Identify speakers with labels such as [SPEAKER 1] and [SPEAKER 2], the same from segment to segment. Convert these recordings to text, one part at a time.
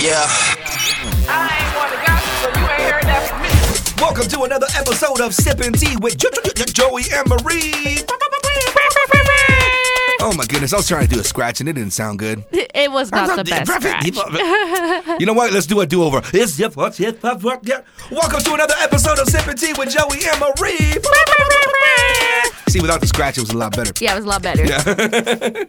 [SPEAKER 1] Yeah.
[SPEAKER 2] I ain't want to gossip, so you ain't heard that from me.
[SPEAKER 1] Welcome to another episode of Sippin' Tea with Jo- Jo- Jo- Joey and Marie. Oh my goodness, I was trying to do a scratch and it didn't sound good.
[SPEAKER 3] It was not the best scratch.
[SPEAKER 1] You know what? Let's do a do-over. It's yep, what's yep, what's yep, yep. Welcome to another episode of Sippin' Tea with Joey and Marie. See, without the scratch, it was a lot better.
[SPEAKER 3] Yeah, it was a lot better.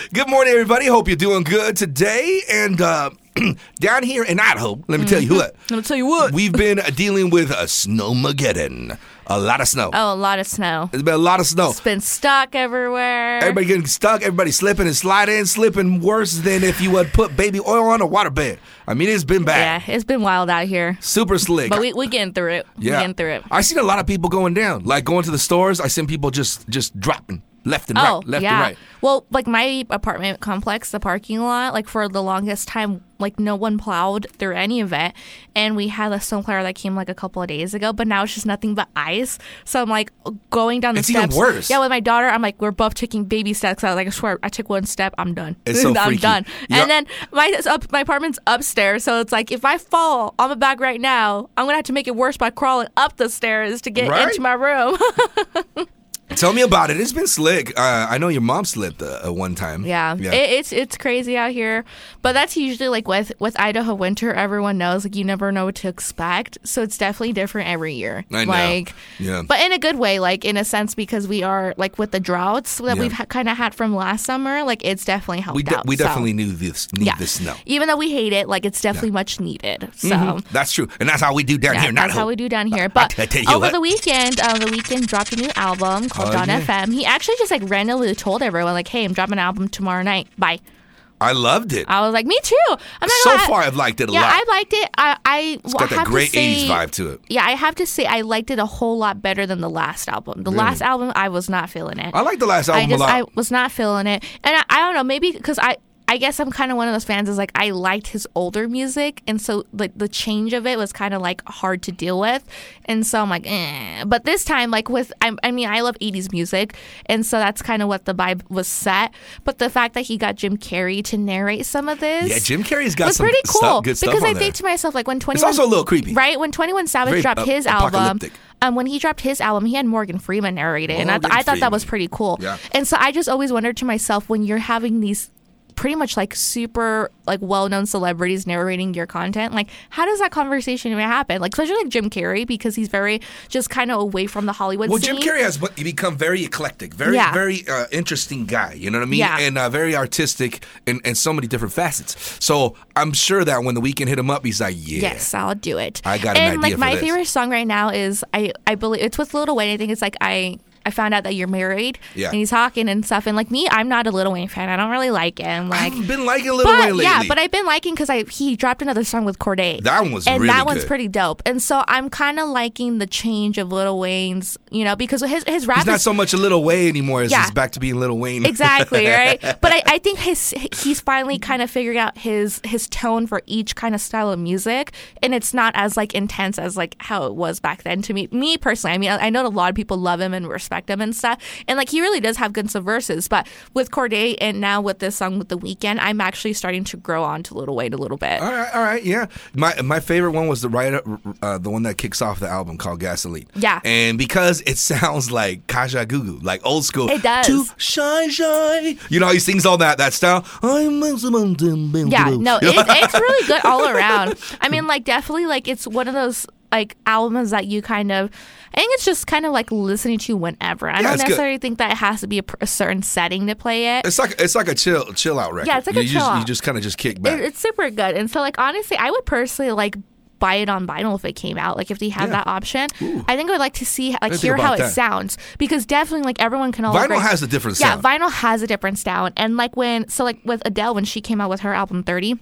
[SPEAKER 1] Good morning, everybody. Hope you're doing good today. And uh, down here in Idaho, let me tell you what.
[SPEAKER 3] Let me tell you what.
[SPEAKER 1] We've been uh, dealing with a snowmageddon. A lot of snow.
[SPEAKER 3] oh, a lot of snow.
[SPEAKER 1] There's been a lot of snow.
[SPEAKER 3] It's been stuck everywhere.
[SPEAKER 1] Everybody getting stuck. Everybody slipping and sliding. Slipping worse than if you had put baby oil on a waterbed. I mean, it's been
[SPEAKER 3] yeah,
[SPEAKER 1] bad.
[SPEAKER 3] it's been wild out here.
[SPEAKER 1] Super slick.
[SPEAKER 3] But we we getting through it. We getting through it.
[SPEAKER 1] I seen a lot of people going down. Like going to the stores. I seen people just just dropping left and
[SPEAKER 3] Oh,
[SPEAKER 1] right, left
[SPEAKER 3] yeah.
[SPEAKER 1] and right.
[SPEAKER 3] Well, like my apartment complex, the parking lot, like for the longest time, like no one plowed through any of it. And we had a snowplower that came like a couple of days ago, but now it's just nothing but ice. So I'm like going down the
[SPEAKER 1] It's even
[SPEAKER 3] steps.
[SPEAKER 1] worse.
[SPEAKER 3] Yeah, with my daughter, I'm like, we're both taking baby steps. I was like, I swear, I took one step, I'm done.
[SPEAKER 1] It's so
[SPEAKER 3] I'm
[SPEAKER 1] freaky.
[SPEAKER 3] done.
[SPEAKER 1] Yeah.
[SPEAKER 3] And then my it's up, my apartment's upstairs, so it's like if I fall on my back right now, I'm gonna have to make it worse by crawling up the stairs to get
[SPEAKER 1] Right?
[SPEAKER 3] into my room.
[SPEAKER 1] Tell me about it. It's been slick. Uh, I know your mom slipped uh, uh, one time.
[SPEAKER 3] Yeah, It, it's it's crazy out here, but that's usually like with with Idaho winter. Everyone knows like you never know what to expect, so it's definitely different every year.
[SPEAKER 1] I know.
[SPEAKER 3] Like,
[SPEAKER 1] Yeah.
[SPEAKER 3] but in a good way, like in a sense because we are like with the droughts that
[SPEAKER 1] Yeah.
[SPEAKER 3] we've ha- kind of had from last summer. Like it's definitely helped
[SPEAKER 1] we de-
[SPEAKER 3] out.
[SPEAKER 1] we
[SPEAKER 3] so,
[SPEAKER 1] definitely knew this need
[SPEAKER 3] yeah.
[SPEAKER 1] the snow.
[SPEAKER 3] Even though we hate it, like it's definitely much needed. So.
[SPEAKER 1] That's true, and that's how we do down
[SPEAKER 3] Um, Yeah,
[SPEAKER 1] here. Not
[SPEAKER 3] that's how
[SPEAKER 1] hope.
[SPEAKER 3] we do down here. But
[SPEAKER 1] I tell you
[SPEAKER 3] over
[SPEAKER 1] what.
[SPEAKER 3] the weekend, uh, the weekend dropped a new album called
[SPEAKER 1] Oh,
[SPEAKER 3] Don
[SPEAKER 1] yeah.
[SPEAKER 3] FM. He actually just like randomly told everyone like, "Hey, I'm dropping an album tomorrow night. Bye."
[SPEAKER 1] I loved it.
[SPEAKER 3] I was like, me too. I'm not
[SPEAKER 1] so
[SPEAKER 3] gonna lie.
[SPEAKER 1] far, I've liked it a
[SPEAKER 3] yeah,
[SPEAKER 1] lot.
[SPEAKER 3] I liked it. I, I
[SPEAKER 1] it's got
[SPEAKER 3] have
[SPEAKER 1] that
[SPEAKER 3] to
[SPEAKER 1] great
[SPEAKER 3] say-
[SPEAKER 1] '80s vibe to it.
[SPEAKER 3] Yeah, I have to say I liked it a whole lot better than the last album. The last album, I was not feeling it.
[SPEAKER 1] I like the last album
[SPEAKER 3] I just,
[SPEAKER 1] a lot.
[SPEAKER 3] I was not feeling it, and I, I don't know, maybe because I. I guess I'm kind of one of those fans is like I liked his older music, and so like the change of it was kind of like hard to deal with, and so I'm like, eh. but this time like with I, I mean I love '80s music, and so that's kind of what the vibe was set. But the fact that he got Jim Carrey to narrate some of this,
[SPEAKER 1] yeah, Jim Carrey's got
[SPEAKER 3] was
[SPEAKER 1] some
[SPEAKER 3] pretty
[SPEAKER 1] stuff-
[SPEAKER 3] cool
[SPEAKER 1] good stuff
[SPEAKER 3] because
[SPEAKER 1] on
[SPEAKER 3] I
[SPEAKER 1] there.
[SPEAKER 3] think to myself like when Twenty
[SPEAKER 1] it's
[SPEAKER 3] One
[SPEAKER 1] also a little creepy.
[SPEAKER 3] right when Twenty One Savage
[SPEAKER 1] Very,
[SPEAKER 3] dropped
[SPEAKER 1] uh,
[SPEAKER 3] his album.
[SPEAKER 1] apocalyptic.
[SPEAKER 3] Um, when he dropped his album, he had Morgan Freeman narrate it, and I, th-
[SPEAKER 1] Morgan
[SPEAKER 3] I thought that was
[SPEAKER 1] Freeman.
[SPEAKER 3] pretty cool.
[SPEAKER 1] Yeah.
[SPEAKER 3] And so I just always wondered to myself when you're having these pretty much like super like well-known celebrities narrating your content like how does that conversation even happen like especially like jim carrey because he's very just kind of away from the hollywood
[SPEAKER 1] Well,
[SPEAKER 3] scene
[SPEAKER 1] Jim Carrey has be- become very eclectic, very,
[SPEAKER 3] Yeah.
[SPEAKER 1] very uh, interesting guy. You know what I mean?
[SPEAKER 3] Yeah.
[SPEAKER 1] And uh, very artistic in, in so many different facets. So I'm sure that when the weekend hit him up, he's like, "Yeah,
[SPEAKER 3] Yes, I'll do it.
[SPEAKER 1] I got an
[SPEAKER 3] and
[SPEAKER 1] idea
[SPEAKER 3] like
[SPEAKER 1] for
[SPEAKER 3] my
[SPEAKER 1] this.
[SPEAKER 3] favorite song right now is I I believe it's with Little Wayne. I think it's like I I found out that you're married.
[SPEAKER 1] Yeah.
[SPEAKER 3] And he's talking and stuff. And like me, I'm not a Little Wayne fan. I don't really like him.
[SPEAKER 1] I
[SPEAKER 3] Like.
[SPEAKER 1] haven't been liking Little
[SPEAKER 3] But
[SPEAKER 1] Wayne lately."
[SPEAKER 3] yeah, but I've been liking because I he dropped another song with Corday.
[SPEAKER 1] That one was
[SPEAKER 3] and
[SPEAKER 1] really
[SPEAKER 3] that one's
[SPEAKER 1] good.
[SPEAKER 3] pretty dope. And so I'm kind of liking the change of Little Wayne's, you know, because his his rap
[SPEAKER 1] he's not
[SPEAKER 3] is
[SPEAKER 1] so much a Little Wayne anymore. It's
[SPEAKER 3] Yeah.
[SPEAKER 1] just back to being Little Wayne.
[SPEAKER 3] exactly right but I, I think his he's finally kind of figuring out his his tone for each kind of style of music and it's not as like intense as like how it was back then to me me personally i mean i, I know a lot of people love him and respect him and stuff and like he really does have good subverses but with corday and now with this song with the weekend i'm actually starting to grow on to little wayne a little bit
[SPEAKER 1] All right, all right, yeah. My my favorite one was the right uh, the one that kicks off the album called Gasoline.
[SPEAKER 3] Yeah.
[SPEAKER 1] and because it sounds like Kaja Gugu, like old school.
[SPEAKER 3] It does.
[SPEAKER 1] To shine, shine. You know, how he sings all that that style. I'm
[SPEAKER 3] Yeah,
[SPEAKER 1] yeah,
[SPEAKER 3] no, it, it's really good all around. I mean, like definitely, like it's one of those like albums that you kind of. I think it's just kind of like listening to whenever. I don't
[SPEAKER 1] it's good.
[SPEAKER 3] necessarily think that it has to be a, pr- a certain setting to play it.
[SPEAKER 1] It's like it's like a chill chill out record.
[SPEAKER 3] Yeah, it's like a
[SPEAKER 1] you
[SPEAKER 3] chill
[SPEAKER 1] just, You
[SPEAKER 3] out.
[SPEAKER 1] just kind of just kick back.
[SPEAKER 3] it. It's super good, and so like honestly, I would personally like buy it on vinyl if it came out. Like if they had
[SPEAKER 1] Yeah.
[SPEAKER 3] that option, I think I would like to see like
[SPEAKER 1] think
[SPEAKER 3] hear how
[SPEAKER 1] about
[SPEAKER 3] it
[SPEAKER 1] that.
[SPEAKER 3] sounds because definitely like everyone can all
[SPEAKER 1] Vinyl
[SPEAKER 3] agree-
[SPEAKER 1] has a different
[SPEAKER 3] yeah,
[SPEAKER 1] sound.
[SPEAKER 3] vinyl has a different sound, and like when so like with Adele when she came out with her album Thirty.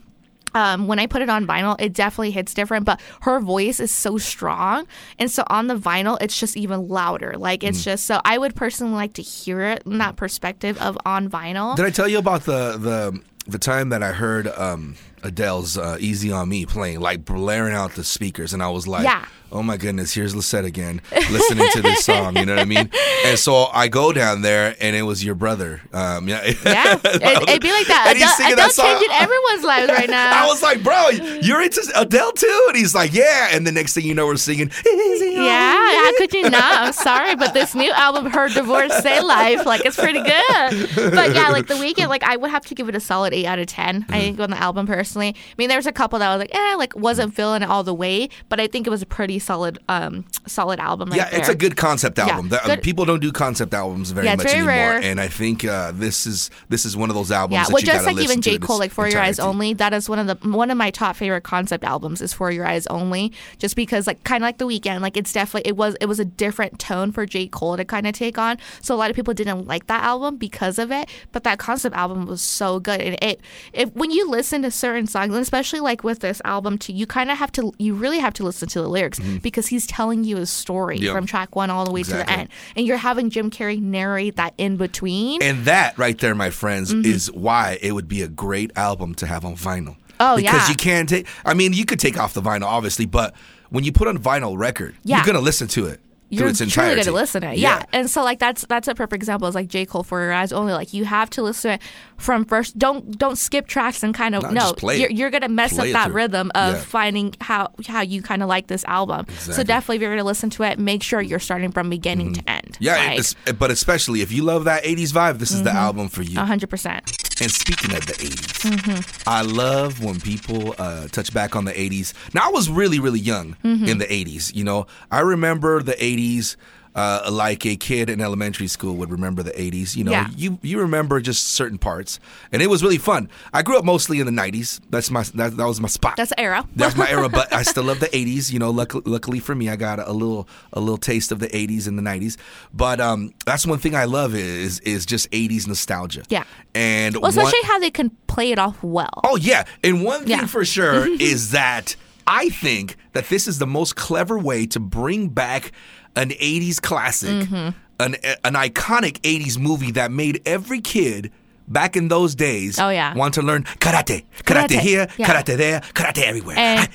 [SPEAKER 3] um, when I put it on vinyl, it definitely hits different, but her voice is so strong. And so on the vinyl, it's just even louder. Like, it's
[SPEAKER 1] Mm.
[SPEAKER 3] just so I would personally like to hear it in that perspective of on vinyl.
[SPEAKER 1] Did I tell you about the the the time that I heard um, Adele's uh, "Easy on Me" playing, like blaring out the speakers, and I was like,
[SPEAKER 3] Yeah.
[SPEAKER 1] "Oh my goodness, here's Lisette again, listening to this song." You know what I mean? And so I go down there, and it was your brother. Um, yeah,
[SPEAKER 3] Yeah, it, would be like that.
[SPEAKER 1] And he's
[SPEAKER 3] Adele,
[SPEAKER 1] singing
[SPEAKER 3] Adele
[SPEAKER 1] that song.
[SPEAKER 3] changing everyone's lives right now.
[SPEAKER 1] I was like, "Bro, you're into Adele too," and he's like, "Yeah." And the next thing you know, we're singing "Easy on
[SPEAKER 3] yeah,
[SPEAKER 1] Me."
[SPEAKER 3] how could you not? I'm sorry, but this new album, Her Divorcee Life, like it's pretty good. But yeah, like the weekend, like I would have to give it a solid eight out of 10 I think on the album personally. I mean, there was a couple that I was like, eh, like wasn't feeling it all the way, but I think it was a pretty solid, um, solid album. Right
[SPEAKER 1] Yeah, it's a
[SPEAKER 3] there.
[SPEAKER 1] good concept album. That-
[SPEAKER 3] Good-
[SPEAKER 1] People don't do concept albums very
[SPEAKER 3] Yeah, it's
[SPEAKER 1] much
[SPEAKER 3] very
[SPEAKER 1] anymore,
[SPEAKER 3] rare.
[SPEAKER 1] and I think uh, this is this is one of those albums.
[SPEAKER 3] Yeah,
[SPEAKER 1] that
[SPEAKER 3] well,
[SPEAKER 1] you
[SPEAKER 3] just
[SPEAKER 1] gotta
[SPEAKER 3] like
[SPEAKER 1] listen
[SPEAKER 3] even
[SPEAKER 1] to
[SPEAKER 3] J.
[SPEAKER 1] in its
[SPEAKER 3] Cole, like For Your Eyes Oh
[SPEAKER 1] entirety.
[SPEAKER 3] Only, that is one of the one of my top favorite concept albums is For Your Eyes Only, just because like kind of like The Weeknd, like it's definitely it was it was a different tone for J. Cole to kind of take on. So a lot of people didn't like that album because of it, but that concept album was so good, and it if when you listen to certain songs, and especially like with this album too, you kind of have to you really have to listen to the lyrics because he's telling you his story
[SPEAKER 1] Mm-hmm. Yeah.
[SPEAKER 3] from track one all the way to
[SPEAKER 1] Exactly.
[SPEAKER 3] the end, and you're having Jim Carrey narrate that in between.
[SPEAKER 1] And that right there, my friends,
[SPEAKER 3] Mm-hmm.
[SPEAKER 1] is why it would be a great album to have on vinyl.
[SPEAKER 3] Oh,
[SPEAKER 1] because
[SPEAKER 3] yeah.
[SPEAKER 1] you can take. I mean, you could take off the vinyl, obviously, but when you put on vinyl record,
[SPEAKER 3] Yeah.
[SPEAKER 1] you're gonna listen to it
[SPEAKER 3] you're
[SPEAKER 1] through its
[SPEAKER 3] truly
[SPEAKER 1] entirety.
[SPEAKER 3] going to listen to it. Yeah. And so like that's that's a perfect example. It's like J. Cole for your eyes only. Like you have to listen to it from first don't don't skip tracks and kind of
[SPEAKER 1] No,
[SPEAKER 3] no,
[SPEAKER 1] just play it.
[SPEAKER 3] you're you're gonna mess
[SPEAKER 1] Play it
[SPEAKER 3] up that
[SPEAKER 1] through.
[SPEAKER 3] rhythm of
[SPEAKER 1] Yeah.
[SPEAKER 3] finding how how you kinda like this album. So
[SPEAKER 1] Exactly. Mm-hmm.
[SPEAKER 3] definitely if you're gonna listen to it, make sure you're starting from beginning to end.
[SPEAKER 1] Yeah,
[SPEAKER 3] like, Mm-hmm.
[SPEAKER 1] it's, but especially if you love that 80s vibe, this is the album for you.
[SPEAKER 3] hundred percent.
[SPEAKER 1] And speaking of the 80s, I love when people uh, touch back on the 80s. Now, I was really, really young in the 80s. You know, I remember the 80s. Uh, like a kid in elementary school would remember the 80s. You know,
[SPEAKER 3] Yeah.
[SPEAKER 1] you you remember just certain parts, and it was really fun. I grew up mostly in the 90s. That's my that, that was my spot.
[SPEAKER 3] That's the era.
[SPEAKER 1] That's my era, but I still love the '80s. You know, luckily, luckily for me, I got a little a little taste of the '80s and the '90s. But um, that's one thing I love is is just '80s nostalgia.
[SPEAKER 3] Yeah.
[SPEAKER 1] and
[SPEAKER 3] Well,
[SPEAKER 1] one-
[SPEAKER 3] especially how they can play it off well.
[SPEAKER 1] Oh yeah, and one thing
[SPEAKER 3] Yeah.
[SPEAKER 1] for sure is that I think that this is the most clever way to bring back an '80s classic,
[SPEAKER 3] Mm-hmm.
[SPEAKER 1] an an iconic '80s movie that made every kid back in those days
[SPEAKER 3] Oh, yeah.
[SPEAKER 1] want to learn karate, karate,
[SPEAKER 3] Karate,
[SPEAKER 1] here,
[SPEAKER 3] yeah.
[SPEAKER 1] karate there, karate everywhere.
[SPEAKER 3] And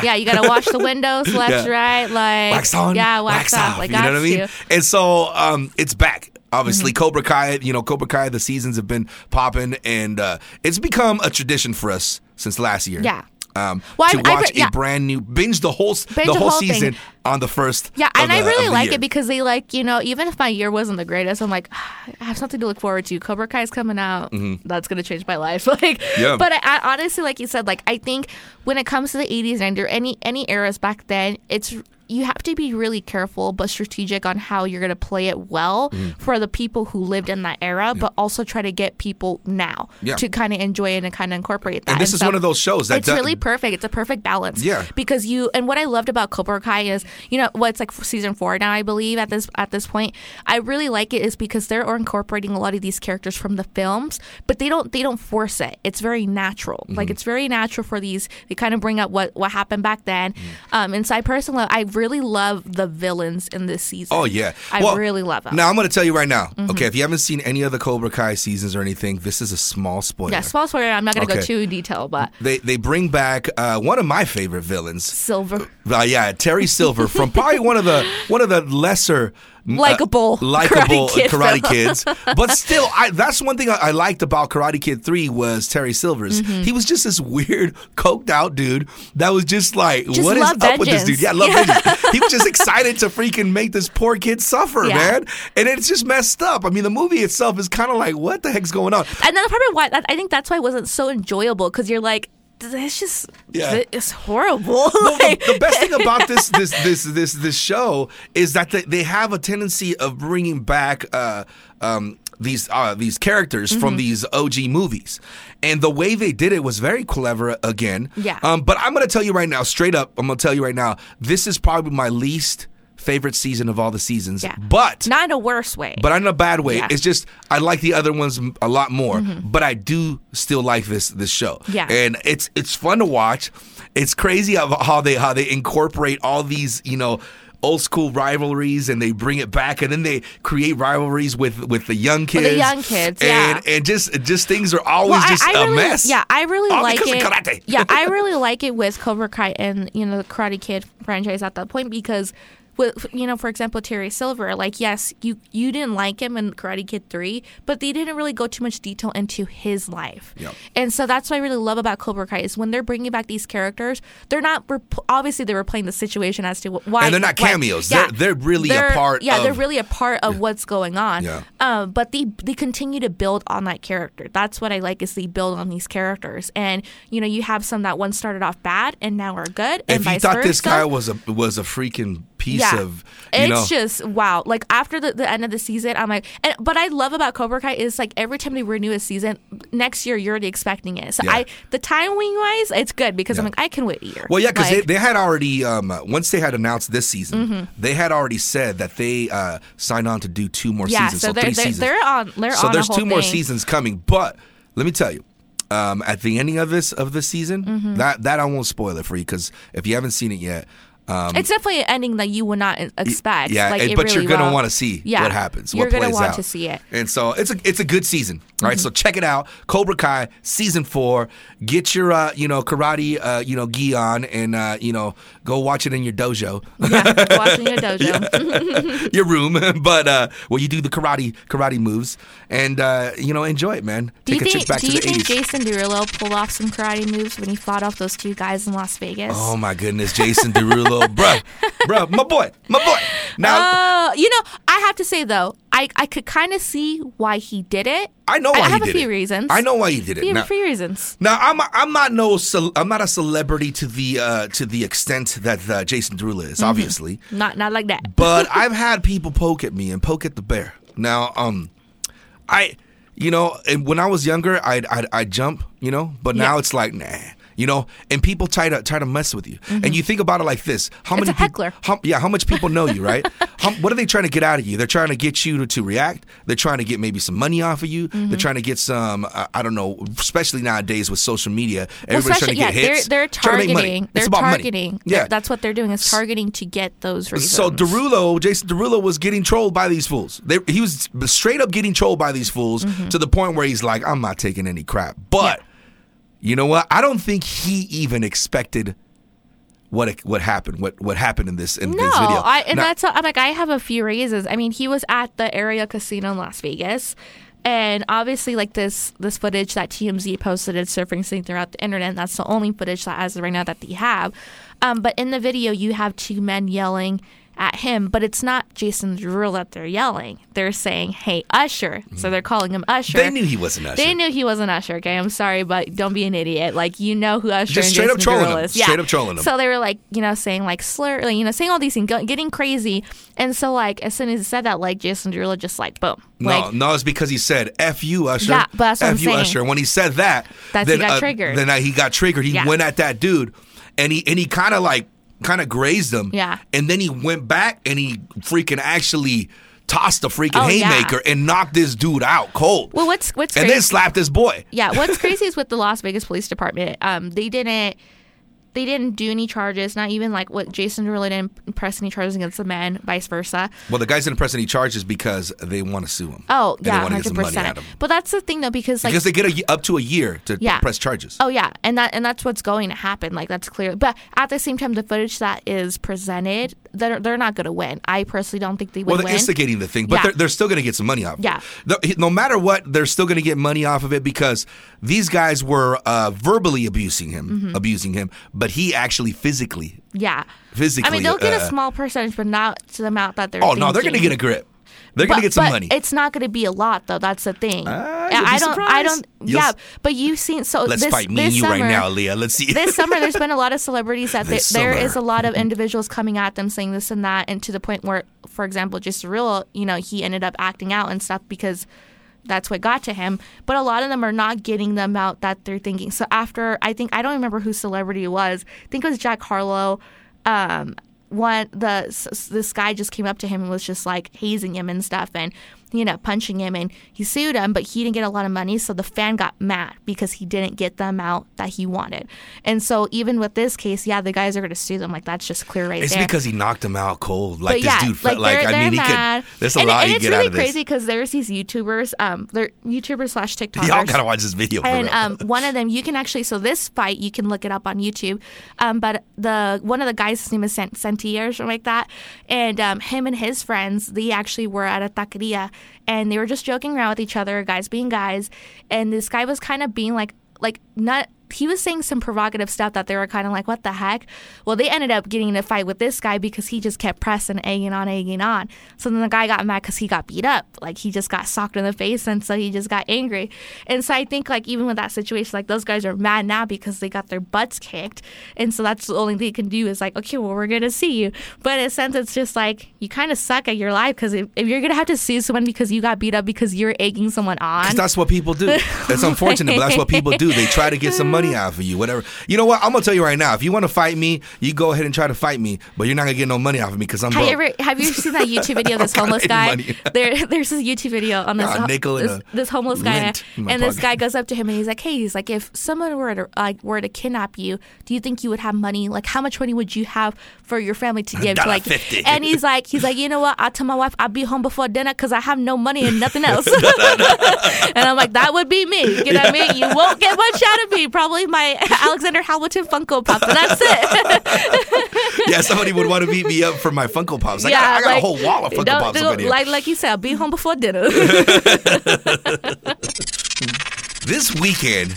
[SPEAKER 3] yeah, you gotta wash the windows left,
[SPEAKER 1] Yeah.
[SPEAKER 3] right, like
[SPEAKER 1] wax on,
[SPEAKER 3] yeah, wax, off, like
[SPEAKER 1] you know what I
[SPEAKER 3] got
[SPEAKER 1] mean?
[SPEAKER 3] you.
[SPEAKER 1] And so um, it's back. Obviously,
[SPEAKER 3] Mm-hmm.
[SPEAKER 1] Cobra Kai. You know, Cobra Kai. The seasons have been popping, and uh, it's become a tradition for us since last year.
[SPEAKER 3] Yeah.
[SPEAKER 1] Um,
[SPEAKER 3] Well,
[SPEAKER 1] to
[SPEAKER 3] I- I
[SPEAKER 1] watch
[SPEAKER 3] re- yeah.
[SPEAKER 1] a brand new binge the whole s-
[SPEAKER 3] Binge
[SPEAKER 1] the
[SPEAKER 3] the
[SPEAKER 1] whole
[SPEAKER 3] whole thing.
[SPEAKER 1] season on the first.
[SPEAKER 3] Yeah,
[SPEAKER 1] of
[SPEAKER 3] and I
[SPEAKER 1] the-
[SPEAKER 3] really
[SPEAKER 1] of the
[SPEAKER 3] like
[SPEAKER 1] year.
[SPEAKER 3] it because they like you know even if my year wasn't the greatest, I'm like I have something to look forward to. Cobra Kai is coming out. That's gonna change my life. Like,
[SPEAKER 1] Mm-hmm. Yeah.
[SPEAKER 3] but I, I honestly, like you said, like I think when it comes to the 80s and 90s, or any any eras back then, it's you have to be really careful but strategic on how you're gonna play it well
[SPEAKER 1] Mm-hmm.
[SPEAKER 3] for the people who lived in that era, but also try to get people now
[SPEAKER 1] Yeah.
[SPEAKER 3] to kind of enjoy it and kind of incorporate that.
[SPEAKER 1] and this is
[SPEAKER 3] so-
[SPEAKER 1] one of those shows that
[SPEAKER 3] it's
[SPEAKER 1] does-
[SPEAKER 3] really perfect. It's a perfect balance.
[SPEAKER 1] Yeah.
[SPEAKER 3] Because you and what I loved about Cobra Kai is, you know, what's like season four now, I believe at this at this point. I really like it is because they're incorporating a lot of these characters from the films, but they don't they don't force it. It's very natural. Like
[SPEAKER 1] Mm-hmm.
[SPEAKER 3] it's very natural for these. They kind of bring up what what happened back
[SPEAKER 1] Mm.
[SPEAKER 3] then. Um, and so I personally, I really love the villains in this season.
[SPEAKER 1] Oh yeah,
[SPEAKER 3] I
[SPEAKER 1] Well,
[SPEAKER 3] really love Mm-hmm. them.
[SPEAKER 1] Now I'm going to tell you right now. Okay, if you haven't seen any of the Cobra Kai seasons or anything, this is a small spoiler.
[SPEAKER 3] yeah, small spoiler. I'm not going to
[SPEAKER 1] Okay.
[SPEAKER 3] go too detail, but
[SPEAKER 1] They they bring back uh, one of my favorite villains,
[SPEAKER 3] Silver.
[SPEAKER 1] Uh, yeah, Terry Silver from probably one of the one of the lesser uh,
[SPEAKER 3] Likeable
[SPEAKER 1] likable
[SPEAKER 3] Karate Kid
[SPEAKER 1] Karate
[SPEAKER 3] film.
[SPEAKER 1] Kids, but still, I, that's one thing I, I liked about Karate Kid Three was Terry Silver's.
[SPEAKER 3] Mm-hmm.
[SPEAKER 1] He was just this weird, coked out dude that was just like,
[SPEAKER 3] Just
[SPEAKER 1] what is
[SPEAKER 3] love
[SPEAKER 1] up with this dude?
[SPEAKER 3] vengeance.
[SPEAKER 1] Yeah, I love vengeance. He was just excited to freaking make this poor kid suffer,
[SPEAKER 3] Yeah.
[SPEAKER 1] man, and it's just messed up. I mean, the movie itself is kind of like, what the heck's going on?
[SPEAKER 3] and then probably why that, I think that's why it wasn't so enjoyable because you're like, it's just
[SPEAKER 1] Yeah.
[SPEAKER 3] yeah. it's horrible.
[SPEAKER 1] No, the,
[SPEAKER 3] Like-
[SPEAKER 1] the best thing about this this this this this show is that they, they have a tendency of bringing back uh, um, these uh, these characters
[SPEAKER 3] Mm-hmm.
[SPEAKER 1] from these OG movies, and the way they did it was very clever. Again,
[SPEAKER 3] Yeah.
[SPEAKER 1] Um, but I'm gonna tell you right now, straight up, I'm gonna tell you right now, this is probably my least favorite season of all the seasons.
[SPEAKER 3] Yeah.
[SPEAKER 1] But
[SPEAKER 3] not in a worse way.
[SPEAKER 1] but not in a bad way.
[SPEAKER 3] Yeah. Mm-hmm.
[SPEAKER 1] It's just I like the other ones m- a lot more, but I do still like this this show.
[SPEAKER 3] Yeah.
[SPEAKER 1] and it's it's fun to watch. It's crazy how, how they how they incorporate all these you know old school rivalries and they bring it back and then they create rivalries with with the young kids
[SPEAKER 3] young kids,
[SPEAKER 1] and
[SPEAKER 3] yeah.
[SPEAKER 1] and just just things are always just a
[SPEAKER 3] really,
[SPEAKER 1] mess
[SPEAKER 3] Yeah, I really
[SPEAKER 1] All
[SPEAKER 3] like
[SPEAKER 1] because of
[SPEAKER 3] it.
[SPEAKER 1] karate.
[SPEAKER 3] yeah, I really like it with Cobra Kai and you know the Karate Kid franchise at that point because. With, you know, for example, Terry Silver, like yes, you you didn't like him in Karate Kid three, but they didn't really go too much detail into his life,
[SPEAKER 1] Yep.
[SPEAKER 3] and so that's what I really love about Cobra Kai is when they're bringing back these characters, they're not rep- obviously they were playing the situation as to wh- why
[SPEAKER 1] And they're not
[SPEAKER 3] why-
[SPEAKER 1] cameos.
[SPEAKER 3] yeah.
[SPEAKER 1] They're- they're really a part
[SPEAKER 3] Yeah, they're
[SPEAKER 1] of-
[SPEAKER 3] really really a part of what's going on.
[SPEAKER 1] Yeah.
[SPEAKER 3] Um, but they they continue to build on that character. That's what I like is they build on these characters, and you know you have some that once started off bad and now are good, and
[SPEAKER 1] if
[SPEAKER 3] vice
[SPEAKER 1] you thought this
[SPEAKER 3] versa.
[SPEAKER 1] guy was a was a freaking piece
[SPEAKER 3] yeah,
[SPEAKER 1] of you
[SPEAKER 3] it's
[SPEAKER 1] know
[SPEAKER 3] just wow. Like after the, the end of the season, I'm like, and but I love about Cobra Kai is like every time they renew a season, next year you're already expecting it. So
[SPEAKER 1] Yeah.
[SPEAKER 3] I the timing wise, it's good because I'm
[SPEAKER 1] Yeah.
[SPEAKER 3] like I can wait a year.
[SPEAKER 1] Well, yeah,
[SPEAKER 3] Like,
[SPEAKER 1] because
[SPEAKER 3] Mm-hmm.
[SPEAKER 1] they, they had already um, uh, once they had announced this season, they had already said that they uh, signed on to do two more
[SPEAKER 3] yeah,
[SPEAKER 1] seasons,
[SPEAKER 3] so,
[SPEAKER 1] so,
[SPEAKER 3] they're,
[SPEAKER 1] three
[SPEAKER 3] they're,
[SPEAKER 1] seasons.
[SPEAKER 3] they're on they're
[SPEAKER 1] so
[SPEAKER 3] on
[SPEAKER 1] there's
[SPEAKER 3] a whole
[SPEAKER 1] two more
[SPEAKER 3] thing.
[SPEAKER 1] seasons coming. But let me tell you, um, at the ending of this of this season,
[SPEAKER 3] Mm-hmm.
[SPEAKER 1] that that I won't spoil it for you because if you haven't seen it yet, um,
[SPEAKER 3] It's definitely an ending that you would not e, expect.
[SPEAKER 1] yeah,
[SPEAKER 3] like,
[SPEAKER 1] and-
[SPEAKER 3] it
[SPEAKER 1] but
[SPEAKER 3] really
[SPEAKER 1] you're gonna
[SPEAKER 3] will.
[SPEAKER 1] want to see
[SPEAKER 3] Yeah.
[SPEAKER 1] what happens.
[SPEAKER 3] You're
[SPEAKER 1] what plays
[SPEAKER 3] gonna want
[SPEAKER 1] out.
[SPEAKER 3] to see it. Mm-hmm.
[SPEAKER 1] And so it's a it's a good season. All right, so check it out. Cobra Kai season four. Get your uh, you know karate uh, you know gi on and uh, you know go watch it in your dojo,
[SPEAKER 3] Yeah, watching your dojo.
[SPEAKER 1] your room. but uh, well, you do the karate karate moves and uh, you know enjoy it, man.
[SPEAKER 3] Do you
[SPEAKER 1] Take a
[SPEAKER 3] think?
[SPEAKER 1] trip back
[SPEAKER 3] do
[SPEAKER 1] to
[SPEAKER 3] you think
[SPEAKER 1] the 80s.
[SPEAKER 3] Jason Derulo pulled off some karate moves when he fought off those two guys in Las Vegas?
[SPEAKER 1] Oh my goodness, Jason Derulo, bruh, bruh, my boy, my boy. Now
[SPEAKER 3] Oh, you know, I have to say though, I, I could kind of see why he did it.
[SPEAKER 1] I know why
[SPEAKER 3] I have
[SPEAKER 1] he did
[SPEAKER 3] a few
[SPEAKER 1] it.
[SPEAKER 3] reasons.
[SPEAKER 1] I know why he did it.
[SPEAKER 3] few,
[SPEAKER 1] Now-
[SPEAKER 3] few reasons.
[SPEAKER 1] Now I'm I'm not no cel- I'm not a celebrity to the uh, to the extent that uh, Jason Derulo is obviously,
[SPEAKER 3] Not not like that.
[SPEAKER 1] but I've had people poke at me and poke at the bear. Now um, I you know and when I was younger I'd I'd, I'd jump you know, but now
[SPEAKER 3] Yeah.
[SPEAKER 1] it's like nah. You know, and people try to try to mess with you, and you think about it like this: How
[SPEAKER 3] Mm-hmm. It's
[SPEAKER 1] many
[SPEAKER 3] a heckler.
[SPEAKER 1] Peop- how, yeah, how much people know you, right? how, what are they trying to get out of you? They're trying to get you to, to react. They're trying to get maybe some money off of you.
[SPEAKER 3] Mm-hmm.
[SPEAKER 1] They're trying to get some. Uh, I don't know. Especially nowadays with social media, everybody's trying
[SPEAKER 3] especially
[SPEAKER 1] to get
[SPEAKER 3] yeah,
[SPEAKER 1] hits.
[SPEAKER 3] they're they're
[SPEAKER 1] trying to make
[SPEAKER 3] targeting.
[SPEAKER 1] money. It's
[SPEAKER 3] They're
[SPEAKER 1] about money.
[SPEAKER 3] targeting.
[SPEAKER 1] Yeah,
[SPEAKER 3] that's what they're doing is targeting to get those reasons.
[SPEAKER 1] so Derulo, Jason Derulo was getting trolled by these fools. They, he was straight up getting trolled by these fools
[SPEAKER 3] Mm-hmm.
[SPEAKER 1] to the point where he's like, "I'm not taking any crap." But you know what? I don't think he even expected what it- what happened. What what happened in this in
[SPEAKER 3] No,
[SPEAKER 1] this video?
[SPEAKER 3] I, and
[SPEAKER 1] Now-
[SPEAKER 3] that's I'm like I have a few reasons. I mean, he was at the area casino in Las Vegas, and obviously, like this this footage that TMZ posted is surfacing throughout the internet. That's the only footage that as of right now that they have. Um, but in the video, you have two men yelling at him, but it's not Jason Derulo that they're yelling. They're saying, "Hey, Usher," so they're calling him Usher.
[SPEAKER 1] Mm. they knew he wasn't Usher.
[SPEAKER 3] They knew he was an usher. Okay, I'm sorry, but don't be an idiot. Like you know who usher
[SPEAKER 1] Just
[SPEAKER 3] and
[SPEAKER 1] straight up
[SPEAKER 3] Jason
[SPEAKER 1] trolling
[SPEAKER 3] Derulo
[SPEAKER 1] him.
[SPEAKER 3] is. Yeah.
[SPEAKER 1] Straight up trolling him.
[SPEAKER 3] So they were like, you know, saying like slur, like, you know, saying all these things, go- getting crazy. And so like as soon as he said that, like Jason Derulo just like boom,
[SPEAKER 1] No,
[SPEAKER 3] like
[SPEAKER 1] no, it's because he said "f you, Usher."
[SPEAKER 3] Yeah, but that's what
[SPEAKER 1] "f
[SPEAKER 3] I'm
[SPEAKER 1] you,
[SPEAKER 3] saying.
[SPEAKER 1] Usher. When he said that,
[SPEAKER 3] That's- he
[SPEAKER 1] then
[SPEAKER 3] got
[SPEAKER 1] uh,
[SPEAKER 3] triggered.
[SPEAKER 1] Then uh, he got triggered. He
[SPEAKER 3] Yeah.
[SPEAKER 1] went at that dude, and he and he kind of like kind of grazed him.
[SPEAKER 3] Yeah.
[SPEAKER 1] and then he went back and he freaking actually tossed a freaking
[SPEAKER 3] Oh, yeah.
[SPEAKER 1] haymaker and knocked this dude out cold.
[SPEAKER 3] Well, what's what's
[SPEAKER 1] and
[SPEAKER 3] crazy?
[SPEAKER 1] then slapped his boy.
[SPEAKER 3] yeah, what's crazy is with the Las Vegas Police Department, um, they didn't. They didn't do any charges, not even like what Jason Derulo didn't press any charges against the men, vice versa.
[SPEAKER 1] Well, the guys didn't press any charges because they want to sue him.
[SPEAKER 3] Oh,
[SPEAKER 1] And they
[SPEAKER 3] yeah,
[SPEAKER 1] want to get
[SPEAKER 3] hundred
[SPEAKER 1] some money out
[SPEAKER 3] percent.
[SPEAKER 1] of him
[SPEAKER 3] But that's the thing though, because like
[SPEAKER 1] because they get a, y- up to a year to
[SPEAKER 3] Yeah.
[SPEAKER 1] press charges.
[SPEAKER 3] Oh yeah, and that and that's what's going to happen. Like that's clear. But at the same time, the footage that is presented, they're they're not going to win. I personally don't think they would
[SPEAKER 1] Well, they're
[SPEAKER 3] win.
[SPEAKER 1] instigating the thing, but
[SPEAKER 3] Yeah.
[SPEAKER 1] they're, they're still going to get some money off.
[SPEAKER 3] Yeah.
[SPEAKER 1] Of it. The- No matter what, they're still going to get money off of it because these guys were uh, verbally abusing him,
[SPEAKER 3] Mm-hmm.
[SPEAKER 1] abusing him, but he actually physically,
[SPEAKER 3] yeah,
[SPEAKER 1] physically.
[SPEAKER 3] I mean, they'll get
[SPEAKER 1] uh,
[SPEAKER 3] a small percentage, but not to the amount that they're.
[SPEAKER 1] Oh no, they're going to
[SPEAKER 3] thinking.
[SPEAKER 1] get a grip. They're
[SPEAKER 3] But-
[SPEAKER 1] going to get some
[SPEAKER 3] but
[SPEAKER 1] money.
[SPEAKER 3] It's not going to be a lot, though. That's the thing.
[SPEAKER 1] Ah,
[SPEAKER 3] And
[SPEAKER 1] you'll be
[SPEAKER 3] I don't. I
[SPEAKER 1] surprised.
[SPEAKER 3] don't.
[SPEAKER 1] You'll
[SPEAKER 3] yeah,
[SPEAKER 1] s-
[SPEAKER 3] but you've seen. So
[SPEAKER 1] Let's
[SPEAKER 3] this,
[SPEAKER 1] fight me and
[SPEAKER 3] this
[SPEAKER 1] you right
[SPEAKER 3] summer-
[SPEAKER 1] now, Leah. Let's see.
[SPEAKER 3] this summer there's been a lot of celebrities that
[SPEAKER 1] This
[SPEAKER 3] there
[SPEAKER 1] summer.
[SPEAKER 3] is a lot of individuals coming at them saying this and that and to the point where for example just real you know he ended up acting out and stuff because that's what got to him but a lot of them are not getting them out that they're thinking so after i think i don't remember who celebrity it was i think it was jack harlow um one the s- s- this guy just came up to him and was just like hazing him and stuff and you know, punching him and he sued him, but he didn't get a lot of money. So the fan got mad because he didn't get the amount that he wanted. And so even with this case, yeah, the guys are going to sue them. Like, that's just clear right
[SPEAKER 1] It's
[SPEAKER 3] there.
[SPEAKER 1] because he knocked him out cold. Like
[SPEAKER 3] but
[SPEAKER 1] this
[SPEAKER 3] yeah,
[SPEAKER 1] dude felt like,
[SPEAKER 3] they're,
[SPEAKER 1] I mean
[SPEAKER 3] they're
[SPEAKER 1] he
[SPEAKER 3] mad.
[SPEAKER 1] could there's a
[SPEAKER 3] and,
[SPEAKER 1] lot
[SPEAKER 3] and
[SPEAKER 1] he
[SPEAKER 3] it's
[SPEAKER 1] could
[SPEAKER 3] really
[SPEAKER 1] out of this.
[SPEAKER 3] crazy because there's these YouTubers, um, they're YouTubers slash TikTokers.
[SPEAKER 1] Y'all gotta watch this video. For
[SPEAKER 3] And
[SPEAKER 1] real.
[SPEAKER 3] um, one of them, you can actually. So this fight, you can look it up on YouTube. Um, but the one of the guys, his name is Sant- Santia or something like that, and um, him and his friends, they actually were at a taqueria, and they were just joking around with each other, guys being guys, and this guy was kind of being like, like not. He was saying some provocative stuff that they were kind of like, what the heck? Well, they ended up getting in a fight with this guy because he just kept pressing, egging on, egging on. So then the guy got mad because he got beat up. Like he just got socked in the face. And so he just got angry. And so I think, like, even with that situation, like those guys are mad now because they got their butts kicked. And so that's the only thing you can do is like, okay, well, we're going to see you. But in a sense, it's just like you kind of suck at your life because if, if you're going to have to sue someone because you got beat up because you're egging someone on.
[SPEAKER 1] 'Cause that's what people do. That's unfortunate, but that's what people do. They try to get some money out of you, whatever. You know what? I'm gonna tell you right now. If you want to fight me, you go ahead and try to fight me, but you're not gonna get no money off of me because I'm
[SPEAKER 3] Have you
[SPEAKER 1] broke.
[SPEAKER 3] ever have you seen that YouTube video of this
[SPEAKER 1] I don't
[SPEAKER 3] homeless
[SPEAKER 1] got
[SPEAKER 3] guy?
[SPEAKER 1] any money.
[SPEAKER 3] There, there's this YouTube video on this
[SPEAKER 1] Got a
[SPEAKER 3] ho-
[SPEAKER 1] nickel and
[SPEAKER 3] this,
[SPEAKER 1] a
[SPEAKER 3] this homeless guy,
[SPEAKER 1] lint in my
[SPEAKER 3] and this
[SPEAKER 1] pocket.
[SPEAKER 3] guy goes up to him and he's like, "Hey, he's like, if someone were to like were to kidnap you, do you think you would have money? Like, how much money would you have for your family to give? to, Like,
[SPEAKER 1] $1.50.
[SPEAKER 3] and he's like, he's like, you know what? I tell my wife I'll be home before dinner because I have no money and nothing else. and I'm like, that would be me. You know what I mean? You won't get much out of me. Probably my Alexander Hamilton Funko Pop, and that's it.
[SPEAKER 1] yeah, somebody would want to beat me up for my Funko Pops. I got, I got a whole wall of Funko
[SPEAKER 3] don't-
[SPEAKER 1] Pops
[SPEAKER 3] don't-
[SPEAKER 1] up in here.
[SPEAKER 3] Like, like you said, I'll be home before dinner.
[SPEAKER 1] This weekend,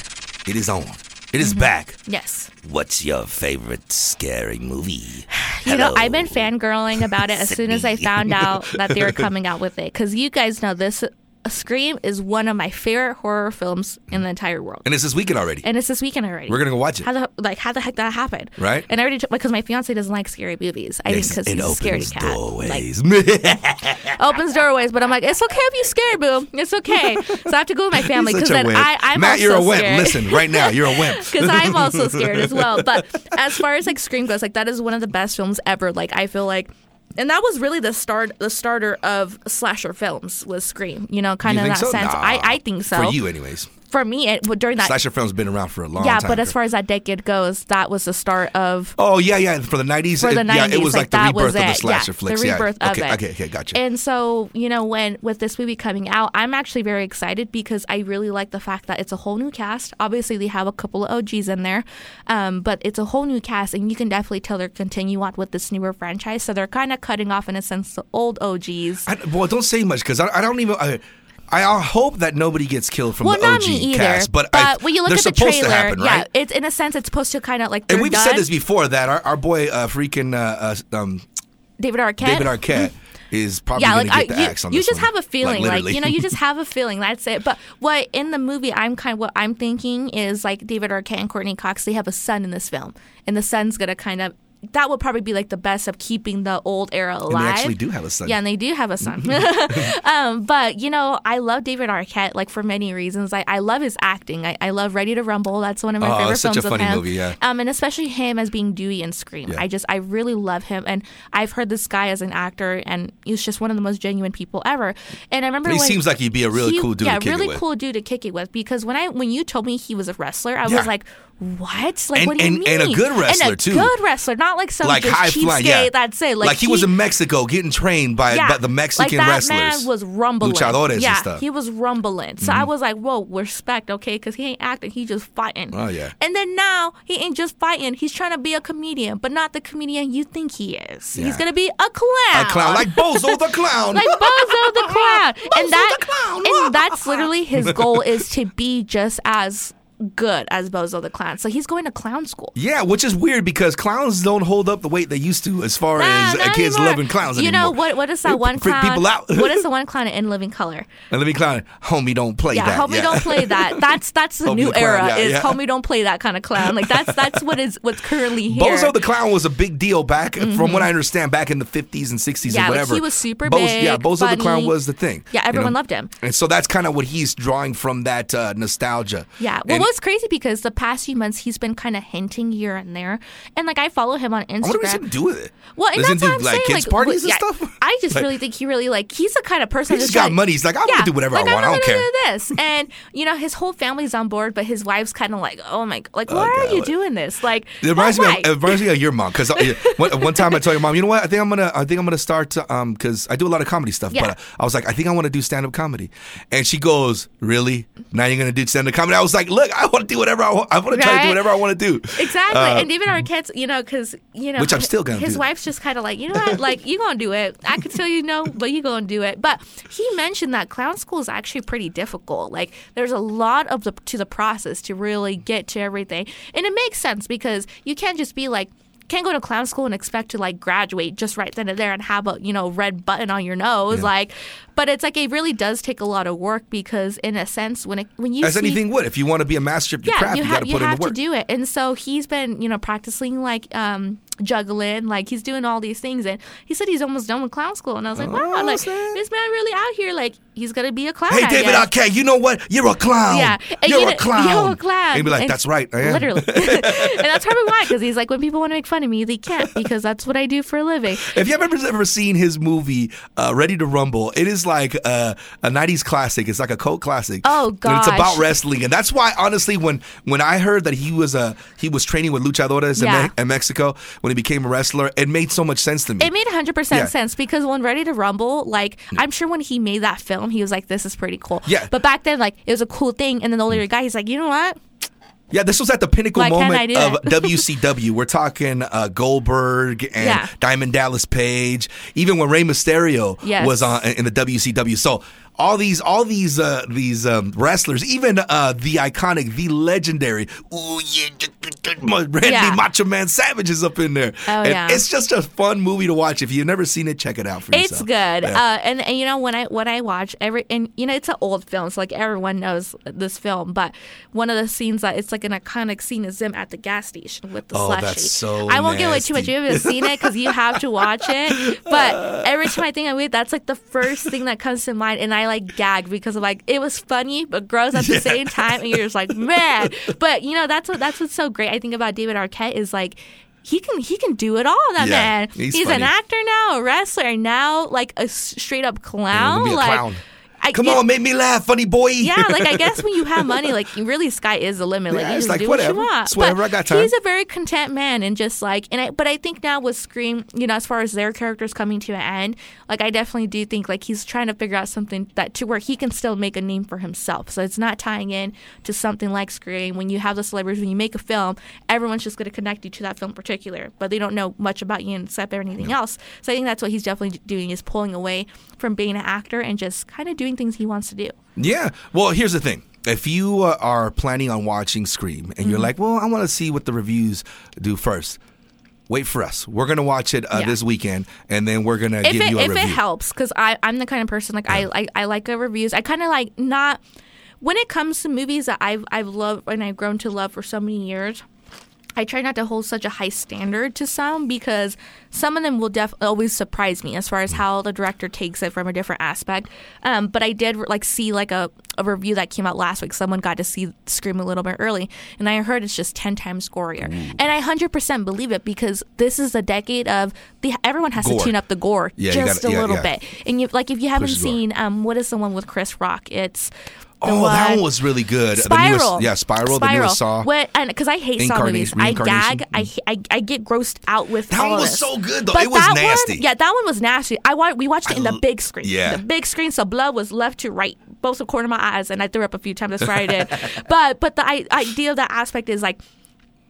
[SPEAKER 1] it is on. It
[SPEAKER 3] Mm-hmm.
[SPEAKER 1] is back.
[SPEAKER 3] yes.
[SPEAKER 1] What's your favorite scary movie?
[SPEAKER 3] You know, I've been
[SPEAKER 1] Hello.
[SPEAKER 3] fangirling about it as soon as I
[SPEAKER 1] Sydney.
[SPEAKER 3] found out that they were coming out with it. Because you guys know this Scream is one of my favorite horror films in the entire world.
[SPEAKER 1] And it's this weekend already.
[SPEAKER 3] And it's this weekend already.
[SPEAKER 1] We're gonna go watch it.
[SPEAKER 3] how the like how the heck that happened?
[SPEAKER 1] Right.
[SPEAKER 3] And I already took because my fiance doesn't like scary movies. I think
[SPEAKER 1] Yes,
[SPEAKER 3] because
[SPEAKER 1] it
[SPEAKER 3] he's a
[SPEAKER 1] opens
[SPEAKER 3] scaredy cat. Like,
[SPEAKER 1] doorways.
[SPEAKER 3] opens doorways, but I'm like, it's okay if you scared, boo. It's okay. so I have to go with my family
[SPEAKER 1] Such
[SPEAKER 3] because
[SPEAKER 1] a
[SPEAKER 3] then
[SPEAKER 1] wimp.
[SPEAKER 3] I, I'm
[SPEAKER 1] Matt,
[SPEAKER 3] also
[SPEAKER 1] you're a wimp.
[SPEAKER 3] scared.
[SPEAKER 1] Listen, right now, you're a wimp.
[SPEAKER 3] because I'm also scared as well. But as far as like Scream goes, like that is one of the best films ever. Like I feel like, and that was really the start, the starter of slasher films was Scream. You know, kind
[SPEAKER 1] You
[SPEAKER 3] of in that
[SPEAKER 1] think so?
[SPEAKER 3] sense.
[SPEAKER 1] Nah.
[SPEAKER 3] I, I think so.
[SPEAKER 1] For you, anyways.
[SPEAKER 3] for me, it well, during that.
[SPEAKER 1] Slasher film's been around for a long
[SPEAKER 3] yeah,
[SPEAKER 1] time.
[SPEAKER 3] but as
[SPEAKER 1] girl.
[SPEAKER 3] far as that decade goes, that was the start of
[SPEAKER 1] Oh yeah, yeah. For the nineties,
[SPEAKER 3] for the 90s.
[SPEAKER 1] yeah, it was like, the
[SPEAKER 3] that
[SPEAKER 1] rebirth
[SPEAKER 3] was
[SPEAKER 1] of
[SPEAKER 3] it.
[SPEAKER 1] the slasher
[SPEAKER 3] yeah,
[SPEAKER 1] flicks.
[SPEAKER 3] The rebirth
[SPEAKER 1] yeah.
[SPEAKER 3] of
[SPEAKER 1] okay,
[SPEAKER 3] it.
[SPEAKER 1] okay, okay, gotcha.
[SPEAKER 3] And so, you know, when with this movie coming out, I'm actually very excited because I really like the fact that it's a whole new cast. Obviously, they have a couple of OGs in there, um, but it's a whole new cast, and you can definitely tell they're continuing on with this newer franchise. So they're kind of cutting off, in a sense, the old OGs.
[SPEAKER 1] I, well, don't say much because I, I don't even. I, I I hope that nobody gets killed from
[SPEAKER 3] well,
[SPEAKER 1] the
[SPEAKER 3] not
[SPEAKER 1] OG
[SPEAKER 3] me either.
[SPEAKER 1] cast, but, I,
[SPEAKER 3] when you look
[SPEAKER 1] they're
[SPEAKER 3] at the
[SPEAKER 1] supposed
[SPEAKER 3] trailer,
[SPEAKER 1] to happen, right?
[SPEAKER 3] yeah, it's in a sense it's supposed to kind of like.
[SPEAKER 1] And
[SPEAKER 3] they're
[SPEAKER 1] we've
[SPEAKER 3] done.
[SPEAKER 1] said this before that our, our boy uh, freaking uh, uh, um,
[SPEAKER 3] David Arquette.
[SPEAKER 1] David Arquette is probably
[SPEAKER 3] hmm. yeah,
[SPEAKER 1] going
[SPEAKER 3] like
[SPEAKER 1] to get the
[SPEAKER 3] I, you,
[SPEAKER 1] axe on
[SPEAKER 3] you
[SPEAKER 1] this
[SPEAKER 3] just
[SPEAKER 1] one.
[SPEAKER 3] have a feeling, like,
[SPEAKER 1] literally.
[SPEAKER 3] you know, you just have a feeling. That's it. But what in the movie, I'm kind of what I'm thinking is like David Arquette and Courtney Cox. They have a son in this film, and the son's gonna kind of that would probably be like the best of keeping the old era alive.
[SPEAKER 1] actually do have a son.
[SPEAKER 3] Yeah, and they do have a son. um, but you know, I love David Arquette like for many reasons. I, I love his acting. I, I love Ready to Rumble. That's one of my
[SPEAKER 1] Oh,
[SPEAKER 3] favorite
[SPEAKER 1] it's such a
[SPEAKER 3] films
[SPEAKER 1] funny
[SPEAKER 3] of him.
[SPEAKER 1] movie, yeah.
[SPEAKER 3] Um, and especially him as being Dewey in Scream.
[SPEAKER 1] Yeah.
[SPEAKER 3] I just I really love him, and I've heard this guy as an actor, and he's just one of the most genuine people ever. And I remember
[SPEAKER 1] he
[SPEAKER 3] when
[SPEAKER 1] seems like he'd be a really
[SPEAKER 3] he-
[SPEAKER 1] cool dude
[SPEAKER 3] Yeah,
[SPEAKER 1] to kick it
[SPEAKER 3] really
[SPEAKER 1] with.
[SPEAKER 3] cool dude to kick it with because when I when you told me he was a wrestler, I
[SPEAKER 1] Yeah.
[SPEAKER 3] was like, what? Like
[SPEAKER 1] And-
[SPEAKER 3] what do you
[SPEAKER 1] and-
[SPEAKER 3] mean?
[SPEAKER 1] and a good
[SPEAKER 3] And a
[SPEAKER 1] wrestler, too.
[SPEAKER 3] Good wrestler, not like some
[SPEAKER 1] like
[SPEAKER 3] just
[SPEAKER 1] high flying,
[SPEAKER 3] cheapskate,
[SPEAKER 1] yeah.
[SPEAKER 3] That's it. Like,
[SPEAKER 1] he, was in Mexico getting trained by, by the Mexican
[SPEAKER 3] like that
[SPEAKER 1] wrestlers.
[SPEAKER 3] man was rumbling.
[SPEAKER 1] Luchadores and
[SPEAKER 3] yeah,
[SPEAKER 1] stuff. Mm-hmm.
[SPEAKER 3] he was rumbling. So I was like, "Whoa, respect, okay?" Because he ain't acting; he just fighting.
[SPEAKER 1] Oh, yeah.
[SPEAKER 3] And then now he ain't just fighting; he's trying to be a comedian, but not the comedian you think he is.
[SPEAKER 1] Yeah.
[SPEAKER 3] He's gonna be a clown.
[SPEAKER 1] a clown like Bozo the clown.
[SPEAKER 3] Like Bozo the clown,
[SPEAKER 1] Bozo
[SPEAKER 3] and that,
[SPEAKER 1] the clown.
[SPEAKER 3] and that's literally his goal is to be just as good as Bozo the clown. So he's going to clown school.
[SPEAKER 1] yeah, which is weird because clowns don't hold up the weight they used to as far as
[SPEAKER 3] Nah,
[SPEAKER 1] uh,
[SPEAKER 3] not
[SPEAKER 1] kids
[SPEAKER 3] anymore.
[SPEAKER 1] loving clowns
[SPEAKER 3] You know
[SPEAKER 1] anymore.
[SPEAKER 3] what? What is that
[SPEAKER 1] Freak-
[SPEAKER 3] one
[SPEAKER 1] freak
[SPEAKER 3] clown?
[SPEAKER 1] people out.
[SPEAKER 3] what is the one clown in Living Color?
[SPEAKER 1] And let me clown, homie, don't play
[SPEAKER 3] Yeah,
[SPEAKER 1] that.
[SPEAKER 3] homie, don't play that. That's that's the
[SPEAKER 1] Homie
[SPEAKER 3] new
[SPEAKER 1] the clown,
[SPEAKER 3] era.
[SPEAKER 1] yeah,
[SPEAKER 3] is
[SPEAKER 1] yeah.
[SPEAKER 3] homie, don't play that kind of clown. Like that's that's what is what's currently here. Mm-hmm.
[SPEAKER 1] Bozo the clown was a big deal back, from what I understand, back in the fifties and sixties
[SPEAKER 3] Yeah,
[SPEAKER 1] and
[SPEAKER 3] like,
[SPEAKER 1] whatever.
[SPEAKER 3] he was super
[SPEAKER 1] Yeah,
[SPEAKER 3] big,
[SPEAKER 1] Bozo the clown
[SPEAKER 3] funny.
[SPEAKER 1] was the thing.
[SPEAKER 3] Yeah,
[SPEAKER 1] you
[SPEAKER 3] everyone
[SPEAKER 1] know?
[SPEAKER 3] loved him.
[SPEAKER 1] And so that's kind of what he's drawing from that uh, nostalgia.
[SPEAKER 3] Yeah. Well,
[SPEAKER 1] and
[SPEAKER 3] well, it's crazy because the past few months he's been kind of hinting here and there, and like I follow him on
[SPEAKER 1] I wonder what he's
[SPEAKER 3] Instagram.
[SPEAKER 1] gonna do with it.
[SPEAKER 3] Well, and
[SPEAKER 1] Does he
[SPEAKER 3] that's what I'm
[SPEAKER 1] do like
[SPEAKER 3] saying.
[SPEAKER 1] kids
[SPEAKER 3] like,
[SPEAKER 1] parties
[SPEAKER 3] wh- yeah,
[SPEAKER 1] and stuff?
[SPEAKER 3] I just
[SPEAKER 1] Like,
[SPEAKER 3] really think he really like he's the kind of person
[SPEAKER 1] He
[SPEAKER 3] who's
[SPEAKER 1] just got
[SPEAKER 3] like-
[SPEAKER 1] money. He's like, I'm gonna do whatever
[SPEAKER 3] like,
[SPEAKER 1] I
[SPEAKER 3] I'm
[SPEAKER 1] want. I
[SPEAKER 3] gonna
[SPEAKER 1] don't care.
[SPEAKER 3] do this, and you know his whole family's on board, but his wife's kind of like, oh my, g- like why
[SPEAKER 1] God,
[SPEAKER 3] are you
[SPEAKER 1] like-
[SPEAKER 3] doing this? Like
[SPEAKER 1] It reminds me.
[SPEAKER 3] why?
[SPEAKER 1] Of, it reminds me of your mom because one, one time I told your mom, you know what? I think I'm gonna. I think I'm gonna start to um because I do a lot of comedy stuff.
[SPEAKER 3] Yeah.
[SPEAKER 1] But I was like, I think I want to do stand up comedy, and she goes, Really? Now you're gonna do stand up comedy? I was like, Look, I want to do whatever I want. I want to try to do
[SPEAKER 3] Right.
[SPEAKER 1] whatever I want to do.
[SPEAKER 3] Exactly,
[SPEAKER 1] Uh,
[SPEAKER 3] and even our kids, you know, because you know,
[SPEAKER 1] Which I'm still gonna
[SPEAKER 3] His
[SPEAKER 1] do.
[SPEAKER 3] wife's just kind of like, you know what, like you gonna do it. I could tell you no, but you gonna do it. But he mentioned that clown school is actually pretty difficult. Like there's a lot of the to the process to really get to everything, and it makes sense because you can't just be like. Can't go to clown school and expect to like graduate just right then and there and have a you know red button on your nose
[SPEAKER 1] Yeah.
[SPEAKER 3] like, but it's like it really does take a lot of work because in a sense when it when you
[SPEAKER 1] as
[SPEAKER 3] see
[SPEAKER 1] anything would, if you want to be a master of your
[SPEAKER 3] yeah,
[SPEAKER 1] craft,
[SPEAKER 3] you,
[SPEAKER 1] you,
[SPEAKER 3] ha-
[SPEAKER 1] got to
[SPEAKER 3] you
[SPEAKER 1] put in
[SPEAKER 3] have
[SPEAKER 1] the work.
[SPEAKER 3] to do it. And so he's been, you know, practicing like um, juggling, like he's doing all these things. And he said he's almost done with clown school. And I was like, wow,
[SPEAKER 1] Oh,
[SPEAKER 3] like
[SPEAKER 1] snap.
[SPEAKER 3] this man really out here, like he's gonna be a clown.
[SPEAKER 1] Hey
[SPEAKER 3] I
[SPEAKER 1] David
[SPEAKER 3] guess.
[SPEAKER 1] Arquette, you know what? You're a clown.
[SPEAKER 3] Yeah, and
[SPEAKER 1] you're
[SPEAKER 3] you
[SPEAKER 1] a
[SPEAKER 3] know-
[SPEAKER 1] clown.
[SPEAKER 3] You're a clown.
[SPEAKER 1] And you'd be like,
[SPEAKER 3] And-
[SPEAKER 1] "That's right, I am."
[SPEAKER 3] Literally, and that's probably why, because he's like, when people want to make fun of me, they can't, because that's what I do for a living.
[SPEAKER 1] If you have ever ever seen his movie uh, Ready to Rumble, it is like uh, a '90s classic. It's like a cult classic.
[SPEAKER 3] Oh,
[SPEAKER 1] And it's about
[SPEAKER 3] gosh.
[SPEAKER 1] wrestling, and that's why honestly, when when I heard that he was uh, he was training with luchadores in,
[SPEAKER 3] Yeah.
[SPEAKER 1] Me- in Mexico when he became a wrestler, it made so much sense to me.
[SPEAKER 3] It made 100%
[SPEAKER 1] Yeah.
[SPEAKER 3] sense because when Ready to Rumble, like, I'm sure when he made that film, he was like, this is pretty cool.
[SPEAKER 1] Yeah.
[SPEAKER 3] But back then, like, it was a cool thing. And then the older guy, he's like, you know what?
[SPEAKER 1] yeah, this was at the pinnacle
[SPEAKER 3] Why can't I
[SPEAKER 1] moment
[SPEAKER 3] do
[SPEAKER 1] of
[SPEAKER 3] that?
[SPEAKER 1] WCW. We're talking uh, Goldberg and
[SPEAKER 3] Yeah.
[SPEAKER 1] Diamond Dallas Page, even when Rey Mysterio
[SPEAKER 3] Yes.
[SPEAKER 1] was on in the WCW. So all these, all these, uh, these um, wrestlers, even uh, the iconic, the legendary, ooh yeah, Randy
[SPEAKER 3] Yeah.
[SPEAKER 1] Macho Man Savage is up in there.
[SPEAKER 3] Oh,
[SPEAKER 1] and
[SPEAKER 3] yeah.
[SPEAKER 1] It's just a fun movie to watch. If you've never seen it, check it out for
[SPEAKER 3] It's
[SPEAKER 1] yourself.
[SPEAKER 3] good.
[SPEAKER 1] Yeah.
[SPEAKER 3] Uh, and, and you know when I when I watch every and you know it's an old film, so like everyone knows this film. But one of the scenes that it's like an iconic scene is them at the gas station with the
[SPEAKER 1] Oh,
[SPEAKER 3] slushy.
[SPEAKER 1] that's so
[SPEAKER 3] I won't give away too much.
[SPEAKER 1] nasty.
[SPEAKER 3] You haven't seen it because you have to watch it. But every time I think of it, that's like the first thing that comes to mind, and I like gag because of like it was funny but gross at the
[SPEAKER 1] Yeah.
[SPEAKER 3] same time, and you're just like man. But you know that's what that's what's so great. I think about David Arquette is like. He can he can do it all. That
[SPEAKER 1] Yeah,
[SPEAKER 3] man.
[SPEAKER 1] he's
[SPEAKER 3] an
[SPEAKER 1] funny.
[SPEAKER 3] actor now, a wrestler and now, like a s- straight up
[SPEAKER 1] I'm
[SPEAKER 3] clown.
[SPEAKER 1] gonna be a
[SPEAKER 3] like,
[SPEAKER 1] clown.
[SPEAKER 3] I,
[SPEAKER 1] Come
[SPEAKER 3] yeah,
[SPEAKER 1] on, make me laugh, funny boy.
[SPEAKER 3] yeah, like I guess when you have money, like you really, sky is the limit. Like
[SPEAKER 1] Yeah,
[SPEAKER 3] you
[SPEAKER 1] it's
[SPEAKER 3] just
[SPEAKER 1] like,
[SPEAKER 3] do
[SPEAKER 1] whatever.
[SPEAKER 3] what you want.
[SPEAKER 1] It's whatever,
[SPEAKER 3] But
[SPEAKER 1] I got time.
[SPEAKER 3] He's a very content man, and just like, and I, but I think now with Scream, you know, as far as their characters coming to an end, like I definitely do think like he's trying to figure out something that to where he can still make a name for himself. So it's not tying in to something like Scream. When you have the celebrities, when you make a film, everyone's just going to connect you to that film in particular, but they don't know much about you and except anything else. So I think that's what he's definitely doing is pulling away from being an actor and just kind of doing things he wants to do.
[SPEAKER 1] Yeah. Well, here's the thing. If you uh, are planning on watching Scream and
[SPEAKER 3] Mm-hmm.
[SPEAKER 1] you're like, well, I want to see what the reviews do first, wait for us. We're going to watch it uh,
[SPEAKER 3] Yeah.
[SPEAKER 1] this weekend and then we're going to
[SPEAKER 3] if
[SPEAKER 1] give
[SPEAKER 3] it
[SPEAKER 1] you a
[SPEAKER 3] if
[SPEAKER 1] review.
[SPEAKER 3] it helps because I I'm the kind of person like I, I I like the reviews. I kind of like not when it comes to movies that I've I've loved and I've grown to love for so many years. I try not to hold such a high standard to some because some of them will def always surprise me as far as
[SPEAKER 1] Mm.
[SPEAKER 3] how the director takes it from a different aspect. Um, but I did like see like a, a review that came out last week. Someone got to see Scream a little bit early, and I heard it's just ten times gorier,
[SPEAKER 1] Mm.
[SPEAKER 3] and I hundred percent believe it because this is the decade of the everyone has
[SPEAKER 1] Gore.
[SPEAKER 3] to tune up the gore
[SPEAKER 1] Yeah, you
[SPEAKER 3] just a
[SPEAKER 1] gotta- yeah,
[SPEAKER 3] little
[SPEAKER 1] yeah.
[SPEAKER 3] bit. And you like if you haven't
[SPEAKER 1] Push gore.
[SPEAKER 3] seen um, what is the one with Chris Rock? It's the
[SPEAKER 1] oh, that
[SPEAKER 3] one-
[SPEAKER 1] one was really good.
[SPEAKER 3] uh, Spiral.
[SPEAKER 1] The newest, yeah, Spiral, the newest Saw.
[SPEAKER 3] What- and because I hate Saw
[SPEAKER 1] Incarnate-
[SPEAKER 3] movies, I
[SPEAKER 1] reincarnation?
[SPEAKER 3] gag. I, I I get grossed out with
[SPEAKER 1] That
[SPEAKER 3] all
[SPEAKER 1] one
[SPEAKER 3] of
[SPEAKER 1] was
[SPEAKER 3] this.
[SPEAKER 1] so good, though.
[SPEAKER 3] But
[SPEAKER 1] It was
[SPEAKER 3] that
[SPEAKER 1] nasty.
[SPEAKER 3] One, yeah, that one was nasty. I wa- we watched it in
[SPEAKER 1] I
[SPEAKER 3] the
[SPEAKER 1] l-
[SPEAKER 3] big screen.
[SPEAKER 1] yeah.
[SPEAKER 3] the big screen. So blood was left to right, both the corner of my eyes, and I threw up a few times. That's why I did. but but the I, idea of that aspect is like.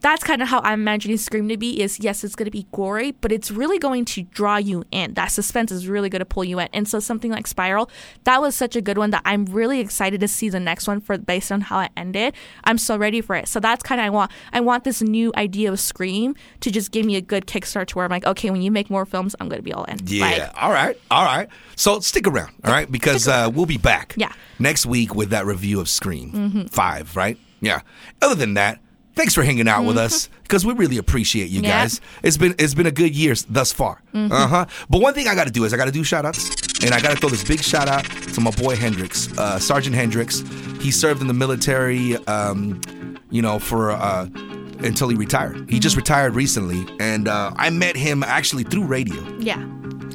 [SPEAKER 3] That's kind of how I'm imagining Scream to be. Is yes, it's going to be gory, but it's really going to draw you in. That suspense is really going to pull you in. And so something like Spiral, that was such a good one that I'm really excited to see the next one for based on how it ended. I'm so ready for it. So that's kind of I want. I want this new idea of Scream to just give me a good kickstart to where I'm like, okay, when you make more films, I'm going to be all in.
[SPEAKER 1] Yeah.
[SPEAKER 3] Like,
[SPEAKER 1] all right. All right. So stick around. All right. Because uh, we'll be back.
[SPEAKER 3] Yeah. Mm-hmm.
[SPEAKER 1] Next week with that review of Scream Five. Right. Yeah. Other than that, thanks for hanging out with us because we really appreciate you
[SPEAKER 3] Mm-hmm. Yeah. Mm-hmm.
[SPEAKER 1] guys. It's been it's been a good year thus far. Uh huh. But one thing I got to do is I got to do shout outs and I got to throw this big shout out to my boy Hendrix, uh, Sergeant Hendrix. He served in the military. Um, you know, for uh, until he retired. He just retired recently, and uh, I met him actually through radio
[SPEAKER 3] Yeah.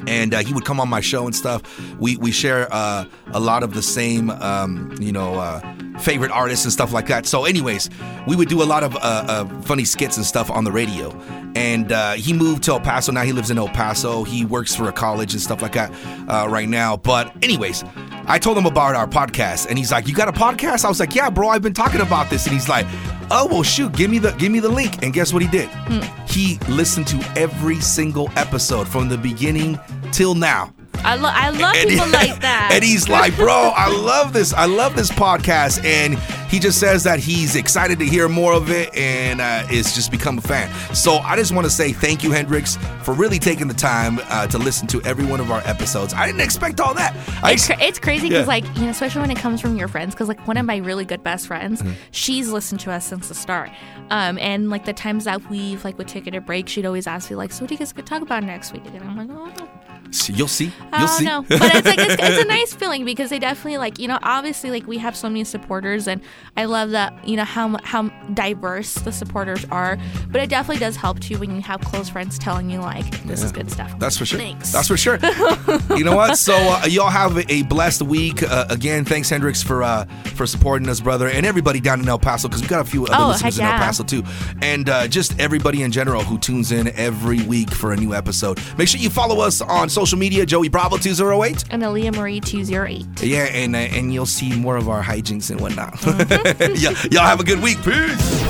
[SPEAKER 1] and uh, he would come on my show and stuff. We we share uh, a lot of the same, um, you know, uh, favorite artists and stuff like that. So, anyways, we would do a lot of uh, uh, funny skits and stuff on the radio. And uh, he moved to El Paso. Now he lives in El Paso. He works for a college and stuff like that uh, right now. But, anyways, I told him about our podcast, and he's like, "You got a podcast?" I was like, "Yeah, bro. I've been talking about this." And he's like, "Oh well, shoot. Give me the give me the link." And guess what he did?
[SPEAKER 3] Hmm.
[SPEAKER 1] He listened to every single episode from the beginning till now.
[SPEAKER 3] I, lo- I love people like that.
[SPEAKER 1] And he's like, bro, I love this. I love this podcast. And he just says that he's excited to hear more of it and uh, is just become a fan. So I just want to say thank you, Hendrix, for really taking the time uh, to listen to every one of our episodes. I didn't expect all that. I
[SPEAKER 3] It's, cra- it's crazy because,
[SPEAKER 1] Yeah.
[SPEAKER 3] like, you know, especially when it comes from your friends. Because, like, one of my really good best friends,
[SPEAKER 1] Mm-hmm.
[SPEAKER 3] she's listened to us since the start. Um, and like the times that we've like would take it a break, she'd always ask me like, "So what do you guys could talk about next week?" And I'm like, "Oh, I don't
[SPEAKER 1] you'll see.
[SPEAKER 3] I
[SPEAKER 1] You'll
[SPEAKER 3] don't
[SPEAKER 1] see.
[SPEAKER 3] know. But it's like it's, it's a nice feeling because they definitely like you know obviously like we have so many supporters and I love that you know how mu- how diverse the supporters are. But it definitely does help too when you have close friends telling you like this is good stuff.
[SPEAKER 1] That's for sure.
[SPEAKER 3] Thanks.
[SPEAKER 1] That's for sure. you know what? So uh, y'all have a blessed week. Uh, again, thanks Hendrix for uh, for supporting us, brother, and everybody down in El Paso because we got a few other
[SPEAKER 3] Oh,
[SPEAKER 1] listeners
[SPEAKER 3] heck
[SPEAKER 1] in El
[SPEAKER 3] yeah.
[SPEAKER 1] Paso too, and uh, just everybody in general who tunes in every week for a new episode. Make sure you follow us on social media, Joey Bravo two zero eight.
[SPEAKER 3] and Aaliyah Marie two zero eight. Mm-hmm.
[SPEAKER 1] Yeah, and uh, and you'll see more of our hijinks and whatnot. yeah, y'all have a good week. Peace.